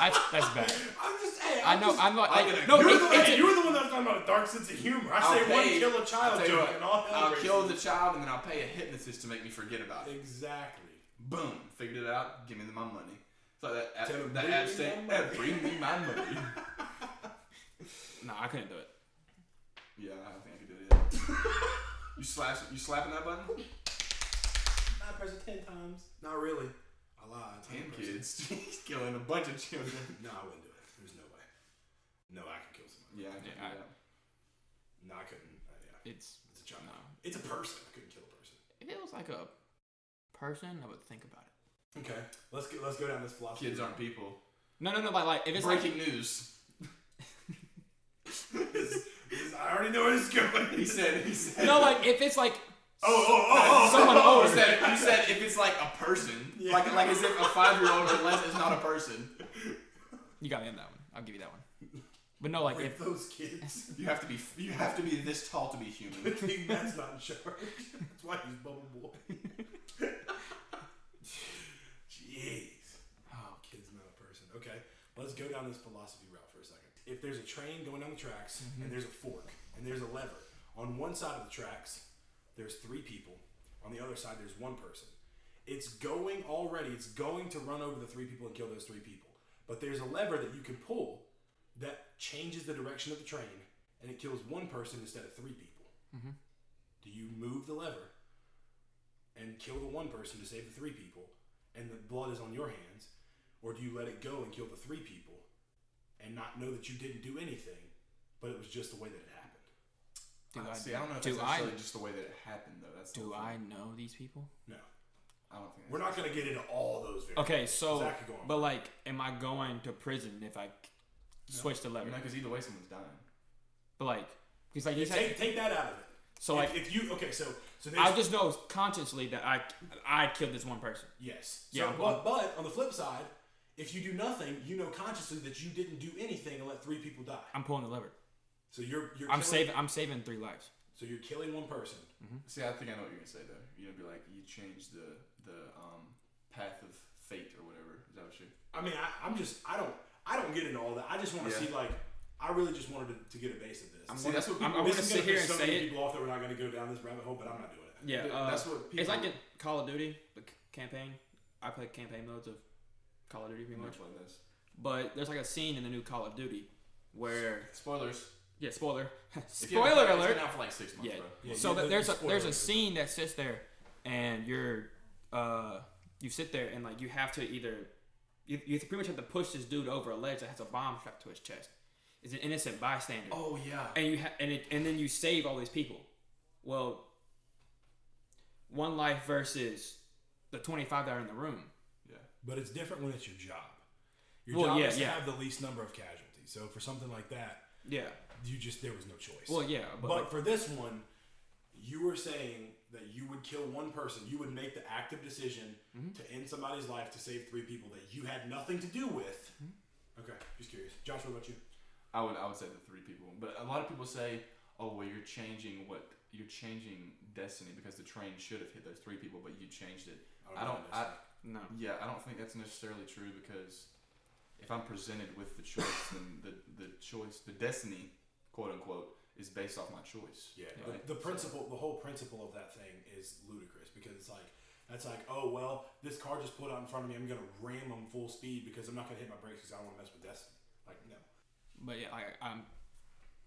that's that's bad.
[LAUGHS] I'm just saying.
I know, I'm not.
I'll
Like,
get a-
no,
you're,
it-
the,
it's
hey, you're the one that was talking about a dark sense of humor. I say
I'll
one
pay-
kill a
I'll
child
tell you
joke
what,
and all hell
I'll
breaks
kill
loose.
the child and then I'll pay a hypnotist to make me forget about it.
Exactly.
Boom, figured it out. Give me the- my money. It's like that app,
Tell him,
that
"Bring
app
me
saying,
my money."
[LAUGHS] "Bring me my money."
no, I couldn't do it.
yeah, I don't think I could do it. Either. you slash, you slapping that button?
I press it ten times. Not really. I lied. I
Damn
pressed it. [LAUGHS]
kids, He's killing a bunch of children.
No, I wouldn't do it. There's no way. No, I could kill someone.
Yeah, I could
Yeah, I-
do that.
No, I couldn't. Uh, yeah,
It's
it's a child.
no.
It's a person. I couldn't kill a person.
If it was like a person, I would think about it.
Okay, let's go. Let's go down this philosophy.
Kids aren't people.
No, no, no. But like, if it's like,
Breaking news.
[LAUGHS] This- this- I already know where this is going.
He said. He said.
no, like if it's like,
Oh, oh,
[LAUGHS]
oh, oh,
[LAUGHS] Someone
oh,
You
owes
said, you said if it's like a person,
Yeah.
like like as if a five year old or less is not a person.
you got me on that one. I'll give you that one. But no, like
Rape
if
those kids.
You have to be you have to be this tall to be human.
Good thing that's not in charge. That's why he's bubble boy. Jeez.
oh,
Kid's not a person. Okay, let's go down this philosophy route for a second. If there's a train going down the tracks and there's a fork and there's a lever, on one side of the tracks, there's three people. On the other side, there's one person. It's going already, it's going to run over the three people and kill those three people. But there's a lever that you can pull that changes the direction of the train and it kills one person instead of three people.
Mhm.
Do you move the lever and kill the one person to save the three people and the blood is on your hands? Or do you let it go and kill the three people and not know that you didn't do anything, but it was just the way that it happened?
[LAUGHS]
do I,
See, I don't know if
do
that's
I
necessarily just the way that it happened though. That's the
do
whole
I
thing.
know these people?
No.
I don't think.
We're not going to get into all those variables.
Okay, so
Zach could go on.
but like, am I going to prison if I switch the
I
lever?
mean, because either way, someone's dying.
But like, he's like, you said,
take, take that out of it.
so
if,
like,
if you okay, so so there's
I just know consciously that I I killed this one person.
yes,
Yeah,
So,
I'm-
but, but on the flip side, if you do nothing, you know consciously that you didn't do anything and let three people die.
I'm pulling the lever.
So you're you're
I'm
killing,
saving I'm saving three lives.
So you're killing one person.
See, I think I know what you're gonna say though. You're gonna be like, you changed the the um, path of fate or whatever. Is that what you?
I mean, I, I'm just I don't I don't get into all that. I just want to
Yeah.
see like I really just wanted to, to get a base of this.
I'm
See,
gonna,
that's what
I'm,
people-
I'm
this
gonna
is
sit
gonna
here
piss
and
so
say
many
it.
people off that we're not gonna go down this rabbit hole, but I'm not doing it.
Yeah,
Th-
uh,
that's what
it's
people-
like in Call of Duty, the c- campaign. I play campaign modes of Call of Duty pretty much.
Much like
[LAUGHS]
this.
But there's like a scene in the new Call of Duty where
Spoilers.
yeah, spoiler, [LAUGHS]
If you
spoiler
haven't played it, It's
alert.
been out for like six months,
Yeah.
bro.
Yeah,
so
you-
th- there's a there's a
spoilers.
scene that sits there, and you're uh you sit there and like you have to either you, you pretty much have to push this dude over a ledge that has a bomb strapped to his chest. It's an innocent bystander,
Oh yeah.
and you ha- and it, and then you save all these people. Well, one life versus the twenty five that are in the room.
Yeah.
But it's different when it's your job. Your
Well,
job
yeah,
is to
yeah.
have the least number of casualties. So for something like that,
Yeah.
you just there was no choice.
Well, yeah, but,
But,
like,
for this one, you were saying that you would kill one person. You would make the active decision
Mm-hmm.
to end somebody's
Mm-hmm.
life to save three people that you had nothing to do with. Okay, just curious. Josh, what about you?
I would I would say the three people, but a lot of people say, oh well, you're changing what you're changing destiny because the train should have hit those three people, but you changed it. I don't.
know
I,
this.
No.
yeah, I don't think that's necessarily true because if I'm presented with the choice, then the the choice, the destiny, quote unquote, is based off my choice.
Yeah,
Yeah.
the-
Right.
the, principle, the whole principle of that thing is ludicrous because it's like that's like, oh well, this car just pulled out in front of me. I'm gonna ram them full speed because I'm not gonna hit my brakes because I don't want to mess with destiny. Like no,
But yeah, I, I'm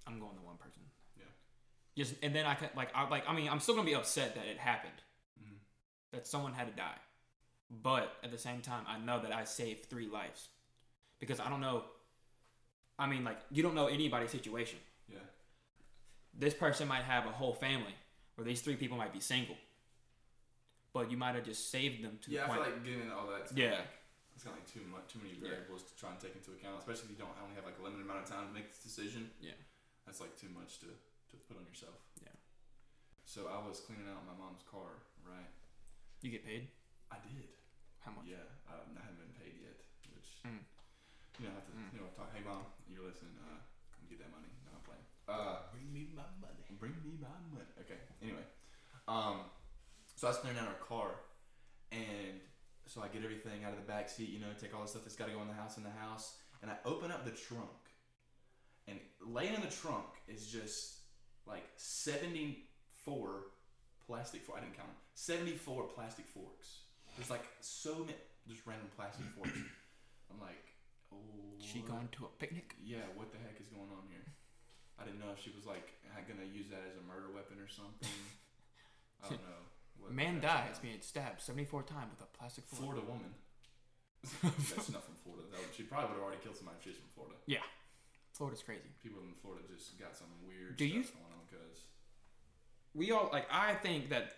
I'm going to one person.
Yeah.
Just and then I can like I like I mean I'm still gonna be upset that it happened
Mhm.
that someone had to die, but at the same time I know that I saved three lives because I don't know. I mean like you don't know anybody's situation.
Yeah.
This person might have a whole family, or these three people might be single. But you might have just saved them to the
yeah, I
point.
feel like getting into all that.
yeah,
It's kind of like too much, too many
Yeah.
variables to try and take into account, especially if you don't only have like a limited amount of time to make this decision.
Yeah.
that's like too much to to put on yourself.
Yeah.
So I was cleaning out my mom's car, right?
you get paid.
I did.
How much?
Yeah, I haven't I haven't been paid yet, which
Mm.
you know I have to
Mm.
you know talk. Hey mom, you're listening. Uh, come get that money. No, I'm playing. Uh,
bring me my money.
Bring me my money. Okay. Anyway, um, so I was clearing out our car, and so I get everything out of the back seat. You know, take all the stuff that's got to go in the house in the house, and I open up the trunk, and laying in the trunk is just like seventy four plastic fork. I didn't count them. Seventy four plastic forks. There's like so many just random plastic forks. [COUGHS] I'm like, oh.
She going to a picnic?
Yeah, what the heck is going on here? I didn't know if she was like gonna use that as a murder weapon or something. I don't know.
[LAUGHS]
What
Man
what the heck's
dies being stabbed 74 times with a plastic [LAUGHS] fork.
Florida woman. That's not from Florida. That would, she probably would have already killed somebody if she's from Florida.
Florida's crazy.
People in Florida just got some weird
Do
stuff
you-
going on because
We all like. I think that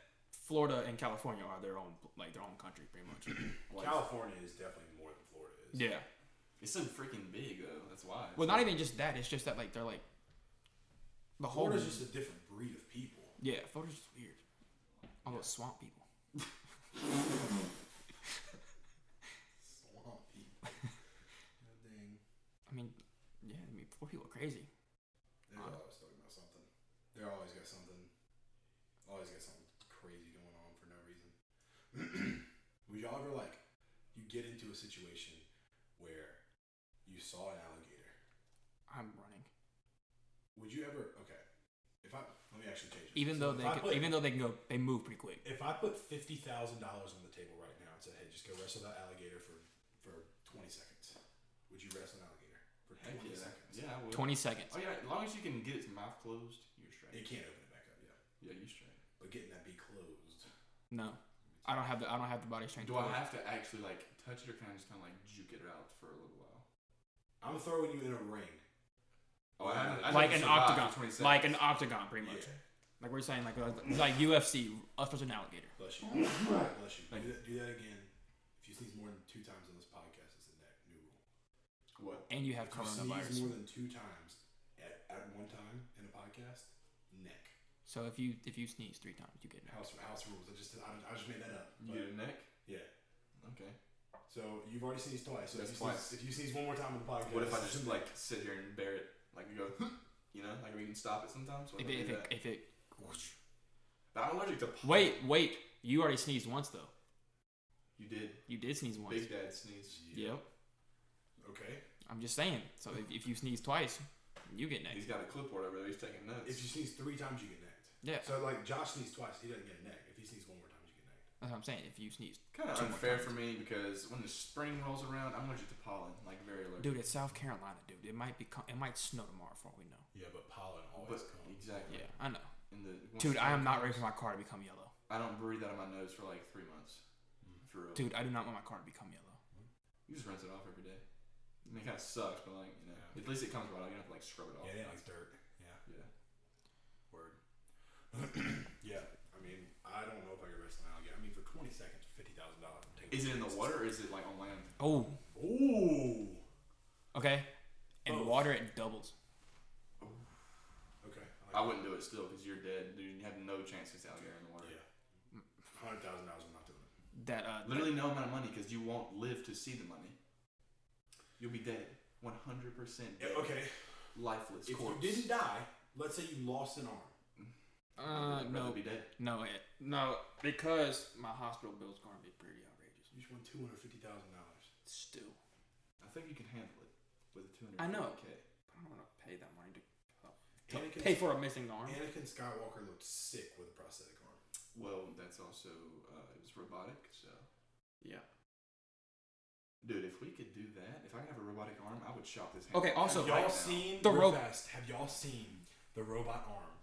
Florida and California are their own, like their own country, pretty
[CLEARS THROAT]
much.
California is definitely more than Florida is.
yeah.
it's so freaking big though. That's why.
Well, not even just that. It's just that like they're like the whole.
Florida's just a different breed of people.
yeah, Florida's just weird. All those swamp people.
Swamp
[LAUGHS]
people. God dang.
I mean, yeah. I mean, Florida people are crazy.
They're always talking about something. They always got something. Always got something crazy going on for no reason. [CLEARS THROAT] Would y'all ever like you get into a situation where you saw an alligator?
I'm running.
Would you ever? Okay, if I let me actually change. It. So
Even though they,
if I
can,
put,
even though they can go, they move pretty quick.
if I put fifty thousand dollars on the table right now and said, "Hey, just go wrestle that alligator for for twenty seconds," would you wrestle an alligator for
Heck
twenty
yeah.
seconds?
Yeah, I would.
Twenty seconds.
Oh yeah, as long as you can get its mouth closed, you're
You
straight.
can't open it back up, yeah.
Yeah, you're straight.
But getting that be closed.
No, I don't have the. I don't have the body strength.
Do
for
I
it.
have to actually like touch it or can I just kind of like juke it out for a little while?
I'm throwing you in a ring.
Oh, I haven't- I haven't
like an
survived for
octagon,
20 seconds.
like an octagon, pretty much.
Yeah.
Like we're saying, like like, like UFC, us versus an alligator.
Bless you. Bless you.
Thank
Do that, do that again. If you sneeze more than two times on this podcast, it's a ne- new rule.
What?
and you have
If you sneeze
coronavirus.
more than two times at, at one time in a podcast, neck.
So if you if you sneeze three times, you get it.
House house rules. I just I, I just made that up.
You
But,
get a neck?
yeah.
Okay.
So you've already sneezed twice. So if
That's
you,
twice.
Sneeze, if you sneeze one more time in the podcast,
What if I just like sit here and bear it? Like you go, [LAUGHS] you know, like we can stop it sometimes. What
If
I
it, if
do
it,
that?
if it
But I'm allergic to. pollen.
wait wait you already sneezed once though.
You did.
You did sneeze once.
Big Dad sneeze.
Yep.
Okay.
I'm just saying. So if, if you sneeze twice, you get next.
He's got a clipboard over there. He's taking notes.
If you sneeze three times, you get necked.
Yeah,
So like Josh sneezed twice, he doesn't get a neck. If he sneezes one more time, you get necked.
that's what I'm saying. If you sneeze,
kind of
Two more
unfair
times.
for me because when the spring rolls around, I'm allergic to pollen. Like very allergic.
dude, it's South Carolina, dude. It might be co- it might snow tomorrow for all we know.
Yeah, but pollen
But
always comes.
exactly.
Yeah, I know,
In the once
dude.
the
I am
spring
not
comes,
ready for my car to become yellow,
I don't breathe out of my nose for like three months. For real.
dude. I do not want my car to become yellow.
You just rinse it off every day. I mean, it kind of sucks, but like you know,
Yeah.
at least it comes right off. You don't have to like scrub it off.
Yeah, they like dirt. Yeah.
yeah.
Word. [CLEARS THROAT] yeah, I mean, I don't know if I could wrestle an alligator. I mean, for 20 seconds, fifty thousand dollars.
Is it in the water or is it like on land?
Oh,
Ooh.
okay. In
Both.
water, it doubles.
Okay.
I wouldn't do it still because you're dead, dude. You have no chance against alligator in the water.
Yeah. Hundred thousand dollars. I'm not doing it.
That uh,
Literally no amount of money because you won't live to see the money. You'll be dead. 100% dead.
Yeah, okay.
lifeless
If
corpse.
you didn't die, let's say you lost an arm.
Uh,
I'd
no,
rather be dead.
no, it, no, because my hospital bill's going to be pretty outrageous.
You just won two hundred fifty thousand dollars.
Still,
I think you can handle it with a two hundred.
I know.
K.
I don't want to pay that money to to
Anakin-
pay for a missing arm.
Anakin Skywalker looked sick with a prosthetic arm.
Well, that's also uh, it was robotic. So,
Yeah.
dude, if we could do that, if I could have a robotic arm, I would chop this. Hand
Okay,
off
also-
y'all
right now.
seen
The
real
rope-
fast, Have y'all seen the robot arm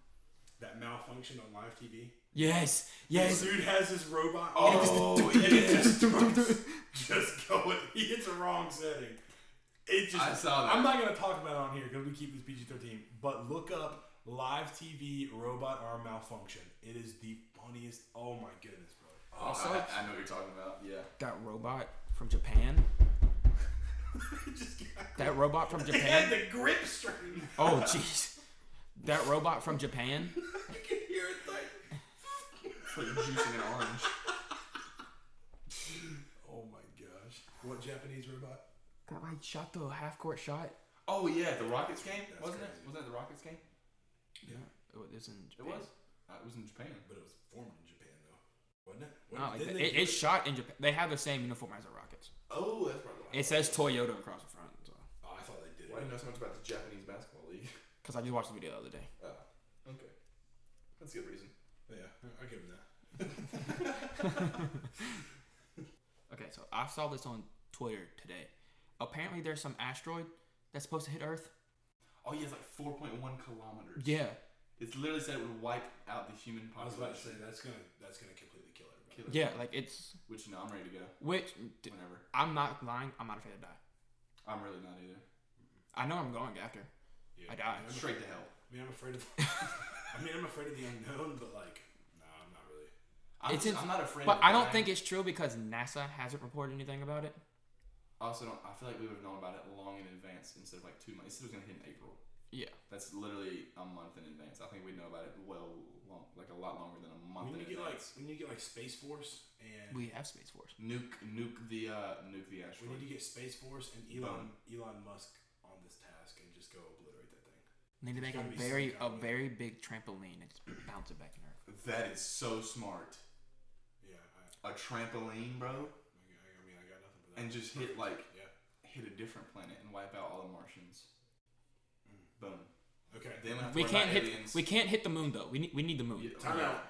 that malfunctioned on live TV?
Yes, yes. [LAUGHS]
This dude has his robot arm.
Oh,
and it just starts
Dude,
[LAUGHS] just going. He hits the wrong setting. It just.
I saw that.
I'm not gonna talk about it on here because we keep this PG-13. But look up live TV robot arm malfunction. It is the funniest. Oh my goodness, bro. [LAUGHS]
Oh,
Also-
I, I know what you're talking about. Yeah.
[LAUGHS] that robot from Japan.
It just got-
That robot [LAUGHS] from
They had
Japan.
the grip string. [LAUGHS]
Oh, [LAUGHS] jeez. That robot from Japan.
you can hear it like.
It's like juicing an orange.
Oh my gosh. What Japanese robot?
That like shot the half court shot.
Oh yeah, the Rockets game
That's
wasn't
crazy.
it? Wasn't that the Rockets game?
Yeah.
Oh, it was in
It
Japan.
was. Uh, it was in Japan.
But it was formed in Japan, though, wasn't it? When,
No, like,
didn't
Oh, it,
they
it,
do
it's shot in Japan. They have the same uniform as the Rockets.
Oh, that's probably.
It says Toyota across the front. So.
Oh, I thought they did
Why do
it.
you know so much about the Japanese basketball league? [LAUGHS]
Cause I just watched the video the other day.
Oh, okay. That's a good reason.
Yeah, I- I'll give them that.
Okay, so I saw this on Twitter today. Apparently, there's some asteroid that's supposed to hit Earth.
Oh, yeah, it's like 4.1 kilometers.
Yeah,
It's literally said it would wipe out the human
I was
population.
about to say that's gonna that's gonna completely kill everybody.
Kill it.
yeah. Like it's
Which, no, I'm ready to go.
which d-
Whenever.
I'm not lying. I'm not afraid to die.
I'm really not either.
I know I'm going after.
Yeah.
I died.
mean, I'm
Straight to hell.
af- I mean, I'm afraid
[LAUGHS]
of. I mean, I'm afraid of the unknown, but like, nah, I'm not really.
I'm,
It's in-
just- I'm not afraid
But
of
I don't
dying.
think it's true because NASA hasn't reported anything about it.
I also don't. I feel like we would have known about it long in advance instead of like two months. It said it was going to hit in April.
Yeah.
That's literally a month in advance. I think we'd know about it well, long, like a lot longer than a month
When you
in
get like
advance.
when you get like Space Force and
We have Space Force.
nuke, nuke the, uh, nuke
we
the
need
asteroid.
to get Space Force and Elon Elon Musk on this task and just go obliterate that thing.
Need to make a
gotta be
very
some
a
kind of-
very big trampoline and just bounce it back in Earth.
That is so smart.
Yeah, I,
A trampoline,
I
bro.
mean, I got nothing for that.
And just hit like
yeah.
hit a different planet and wipe out all the Martians.
Mm.
Boom. [LAUGHS]
Okay.
They don't have to
We
worry
can't
about
hit
aliens.
we can't hit the moon though. We need we need the moon.
Yeah,
Time
okay.
out.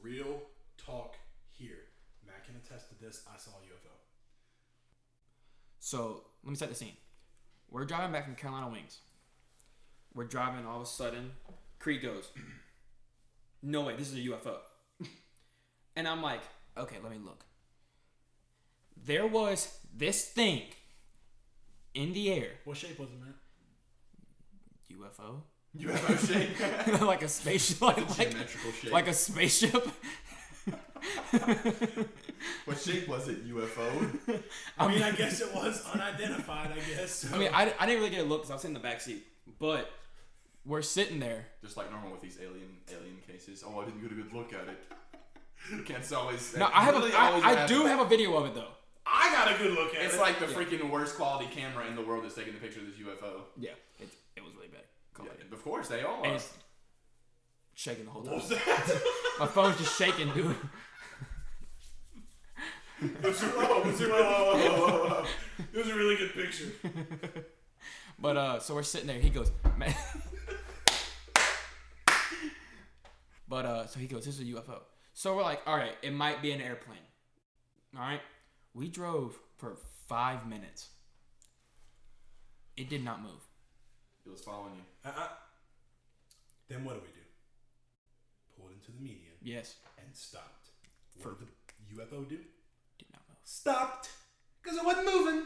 Real talk here. Matt can attest to this. I saw a UFO.
So let me set the scene. We're driving back from Carolina Wings. We're driving. All of a sudden, Creed goes, [CLEARS THROAT] "No way! This is a UFO." and I'm like, "Okay, let me look." There was this thing in the air.
What shape was it, man?
UFO,
UFO
[LAUGHS]
shape.
like a spaceship, [LAUGHS] like, like,
Geometrical shape.
like a spaceship.
what shape was it?
[LAUGHS]
UFO.
I mean, I guess it was unidentified. I guess. So.
I mean, I, I didn't really get a look because I was sitting in the back seat, but we're sitting there.
Just like normal with these alien alien cases. Oh, I didn't get a good look at it. Can't always.
No,
it
I have
really
a, I,
always
I do
happens.
have a video of it though.
I got a good look at
It's
it.
like the freaking worst quality camera in the world that's taking the picture of this UFO.
Yeah, it, it was really bad. Quality.
Yeah, of course they all
And
are.
it's shaking the whole
What
time.
was that?
[LAUGHS] My phone's just shaking, dude.
It was, a- oh, it was a- oh, oh, oh, oh. It was a really good picture. Uh,
But uh, so we're sitting there. He goes, man. [LAUGHS] but uh, so he goes, this is a UFO. So we're like, all right, it might be an airplane. All right, we drove for five minutes. It did not move.
It was following you.
Uh-uh. Then what do we do? Pulled into the median
Yes,
and stopped. What did the UFO do?
did not move.
Stopped because it wasn't moving.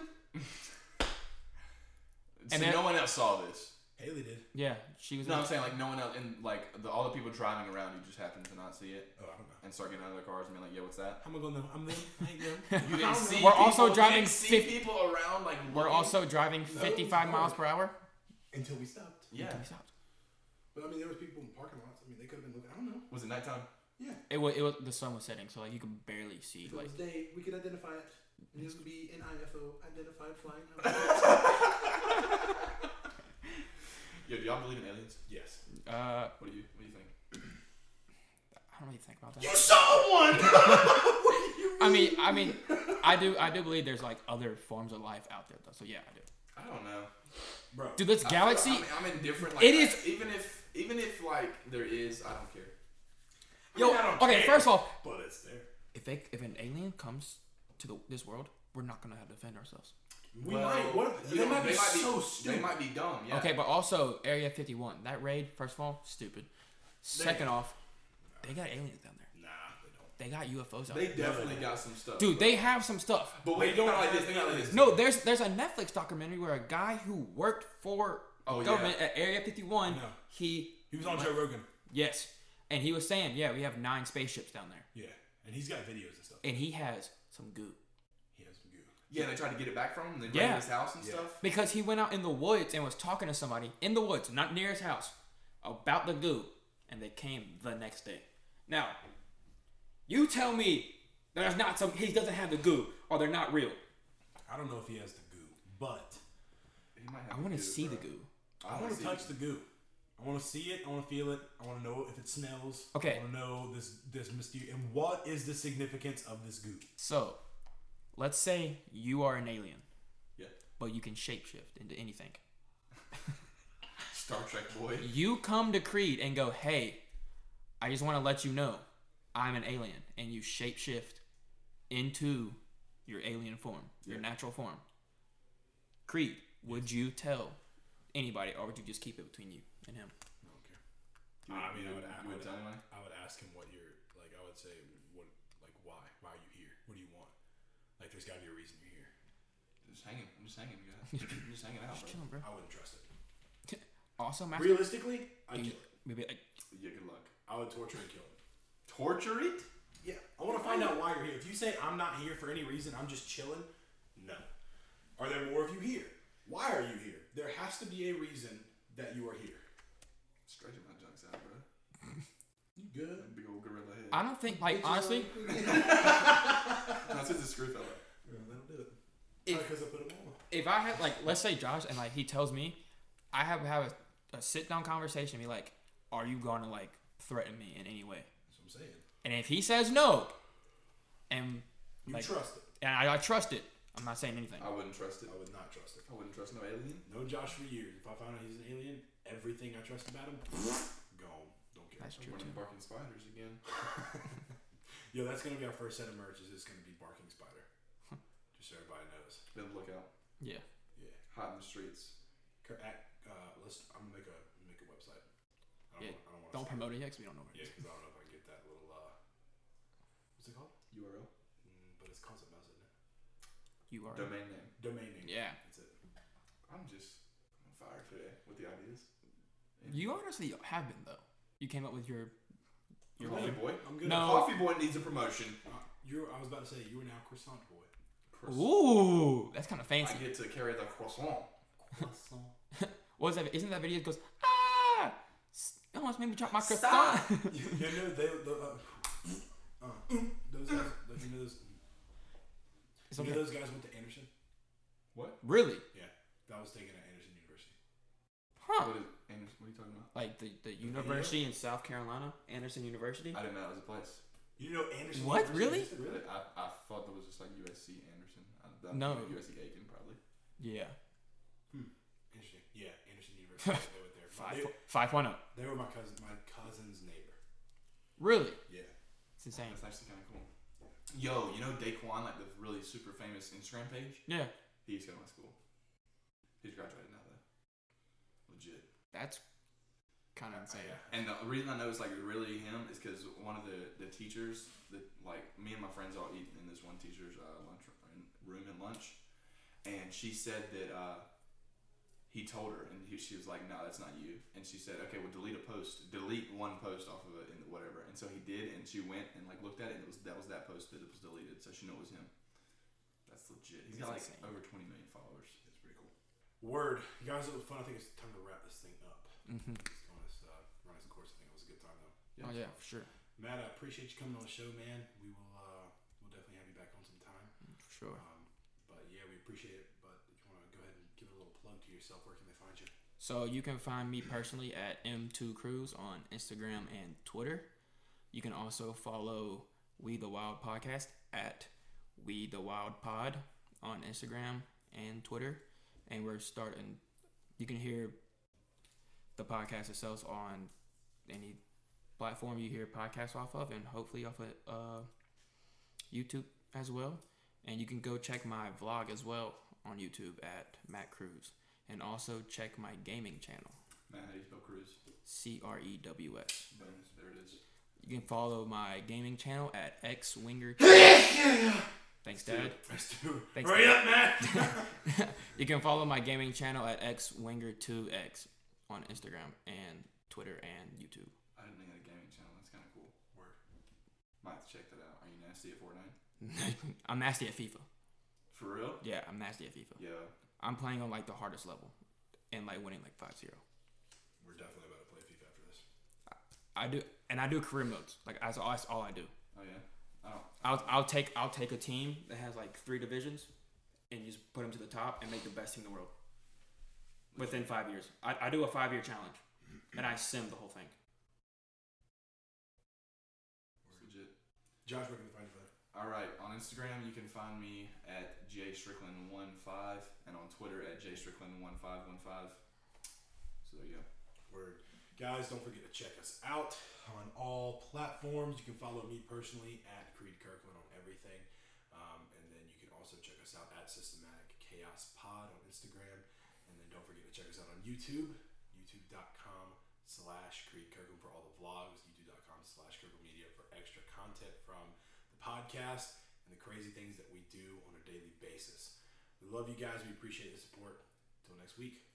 So
then-
no one else saw this.
Haley did.
Yeah, she was.
No,
in-
I'm saying like no one else, and like the, all the people driving around, you just happen to not see it
Oh, I don't know.
and start getting out of their cars and being like, "Yeah, what's that?"
How am I going to know? I'm them. I ain't them. I
You didn't
don't
see.
know.
We're also
people-
driving
You didn't see
fif-
people around. Like
we're
looking?
also driving 55
no.
miles per hour.
Until we stopped.
yeah.
Can we stop?
But I mean, there was people in parking lots. I mean, they could have been looking. I don't know.
Was it nighttime?
Yeah.
It was, it was the sun was setting, so like you could barely see.
If it
Like
was day, we could identify it. And this would be an IFO, identified flying
Yo, do y'all believe in aliens?
Yes.
Uh, I
What do you What do you think?
don't really think about that.
You saw one. What do you
I mean, I mean, I do, I do believe there's like other forms of life out there though. So yeah, I do.
I don't know.
[LAUGHS] bro?
Dude, this
I-
galaxy.
I'm, I'm indifferent. Like,
It is-
I- even if even if like there is, I don't care. I
Yo,
mean, I don't
okay.
care.
First off,
But it's there.
if they, if an alien comes to the, this world, we're not gonna have to defend ourselves.
We
Well,
might. What? if-
you
They
know,
might be so
They
stupid.
might be dumb. Yeah.
Okay, but also Area 51, that raid. First of all, stupid. Second off, they got aliens down there.
Nah, they don't.
They got UFOs out
They
there.
definitely got some stuff.
Dude, they have some stuff.
But wait,
They don't
think about it like
have
this. Think about it like this.
No, there's there's a Netflix documentary where a guy who worked for
Oh, yeah.
government at Area 51,
No.
he
He was on Joe Rogan.
yes, and he was saying, yeah, we have nine spaceships down there,
Yeah, and he's got videos and stuff.
and he has some goo
He has some goo.
Yeah, they tried to get it back from him. They
Yeah.
raided his house and
Yeah.
stuff.
because he went out in the woods and was talking to somebody in the woods, not near his house, about the goo, and they came the next day. Now, you tell me that there's not some he doesn't have the goo or they're not real.
I don't know if he has the goo, but
He might have
I want to
do it,
see
bro.
the goo.
I,
wanna
want
see
to touch
it.
the goo. I want to see it. I want to feel it. I want to know if it smells.
Okay.
I want to know this this mysterious and what is the significance of this goo?
So, let's say you are an alien,
Yeah.
but you can shapeshift into anything.
Star Trek boy.
You come to Creed and go, hey, I just want to let you know I'm an alien. And you shapeshift into your alien form, your
Yeah.
natural form. Creed, would you tell anybody or would you just keep it between you and him?
I mean, I would, I
You
would,
would tell anyway.
I would ask him what you're like. I would say, what, like, why? Why are you here? What do you want? Like, there's got to be a reason you're here.
Just hanging. I'm just hanging, guys.
[LAUGHS]
I'm just hanging out,
Just
bro.
kill him, bro.
I wouldn't trust it.
[LAUGHS] Also, Master,
Realistically, I'd
you-
kill it.
maybe like,
Yeah, good luck.
I would torture and kill it.
Torture it?
Yeah, I want to find out why you're here. If you say I'm not here for any reason, I'm just chilling. No. Are there more of you here? Why are you here? There has to be a reason that you are here.
Stretching my junks out, bro.
You good?
That big old gorilla head.
I don't think, like, honestly,
no, it's just a screw fella.
that'll do it.
If-
Because I put them on.
if I had like let's say Josh and like he tells me, I have have a, a sit down conversation, be like, are you gonna like threaten me in any way?
That's what I'm saying.
And if he says no, and
You
like
trust it.
and I, I trust it, I'm not saying anything.
I wouldn't trust it.
I would not trust it.
I wouldn't trust no alien.
No Josh for years. If I found out he's an alien, everything I trust about him, [LAUGHS] gone. Don't care.
That's
I'm
true
one of
too.
the barking spiders again.
Yo, that's gonna be our first set of merch. Is it's gonna be barking [LAUGHS] spider? Just so everybody knows.
Be on the lookout.
Yeah.
Yeah.
Hot in the streets.
Cur- At, uh, let's. I'm gonna make a make a website. I
Yeah,
don't, wanna- I don't, wanna
Don't
say
promote it yet because we don't know
it.
where
Yeah,
it is.
because I don't know if I can get that little. Uh, what's it called?
URL.
Mm, but it's concept mouse, isn't it?
You are.
Domain name.
Domain name.
Yeah.
That's it.
I'm just on fire today with the ideas.
You honestly have been though. You came up with your your
Your coffee
own.
boy.
I'm good.
No.
Coffee boy needs a promotion.
Uh, you're. I was about to say you are now croissant boy.
Ooh, that's kind of
I
fancy.
get to carry the croissant.
[LAUGHS] Croissant.
What is that? Isn't that video? It goes ah, s- almost made me drop my croissant. [LAUGHS]
Stop.
you know they. The, uh, uh, those guys. Those, you know those.
It's
You know
okay.
those guys went to Anderson.
What?
Really?
That was taken at Anderson University.
Huh?
What, is, and what are you talking about?
like the, the university in South Carolina, Anderson University.
I didn't know that was a place.
You know Anderson.
What?
University
Really?
existed? Really?
I, I thought that was just like USC Anderson. I, that
No.
USC Aiken probably.
yeah,
Interesting. Yeah, Anderson
[LAUGHS]
University. they went there.
five
They-
fo- five one oh. zero.
They were my cousin, my cousin's neighbor.
Really,
Yeah.
it's insane.
That's actually kind of cool. Yo, you know Daquan, like the really super famous Instagram page?
Yeah,
He's going to my school. He's graduated now though. Legit.
that's kind of insane.
yeah.
And the reason I know it's like really him is because one of the, the teachers that like me and my friends all eat in this one teacher's uh, lunch room at lunch, and she said that uh, he told her, and he, she was like, "No, that's not you." And she said, "Okay, well, delete a post, delete one post off of it, and whatever." And so he did, and she went and like looked at it, and it was that was that post that it was deleted, so she knew it was him. That's legit. He's got like
That's insane.
over twenty million followers.
That's pretty cool. Word, you guys, it was fun. I think it's time to wrap this thing up.
Mm-hmm.
It's going to uh, run its course. I think it was a good time though.
Oh yeah, for sure,
Matt, I appreciate you coming on the show, man. We will, uh, we'll definitely have you back on some time.
for sure.
Um, but yeah, we appreciate it. But if you [LAUGHS] want to go ahead and give it a little plug to yourself, where can they find you?
So you can find me personally at M2Cruz on Instagram and Twitter. You can also follow We the Wild Podcast at We the Wild Pod on Instagram and Twitter. And we're starting, you can hear the podcast itself on any platform you hear podcasts off of, and hopefully off of uh, YouTube as well. And you can go check my vlog as well on YouTube at Matt Cruz. And also check my gaming channel,
Man, how do you spell Cruz?
C R E W S.
Boom, there it is.
You can follow my gaming channel at X Winger. Thanks, Dad.
Let's do it.
Thanks,
Hurry up, Matt.
you can follow my gaming channel at X Winger 2X on Instagram and Twitter and YouTube. [LAUGHS]
I didn't think of the gaming channel. That's kind of cool.
Word.
Might have to check that out. Are you nasty at Fortnite?
I'm nasty at FIFA.
For real?
Yeah, I'm nasty at FIFA.
Yeah.
I'm playing on like the hardest level and like winning like 5 0.
We're definitely about to play FIFA after this.
I do, and I do career modes. Like that's all, that's all I do.
Oh yeah. I don't.
I'll, I'll take I'll take a team that has like three divisions, and just put them to the top and make the best team in the world. Within five years, I, I do a five year challenge, and I sim the whole thing.
It's legit.
Josh, where can we find you? brother?
All right. On Instagram, you can find me at jstrickland15 and on Twitter at jstrickland1515. So there you go.
Word. Guys, don't forget to check us out on all platforms. You can follow me personally at Creed Kirkland on everything. Um, and then you can also check us out at Systematic Chaos Pod on Instagram. And then don't forget to check us out on YouTube, youtube.com slash Creed Kirkland for all the vlogs, youtube.com slash Kirkland Media for extra content from the podcast and the crazy things that we do on a daily basis. We love you guys. We appreciate the support. Until next week.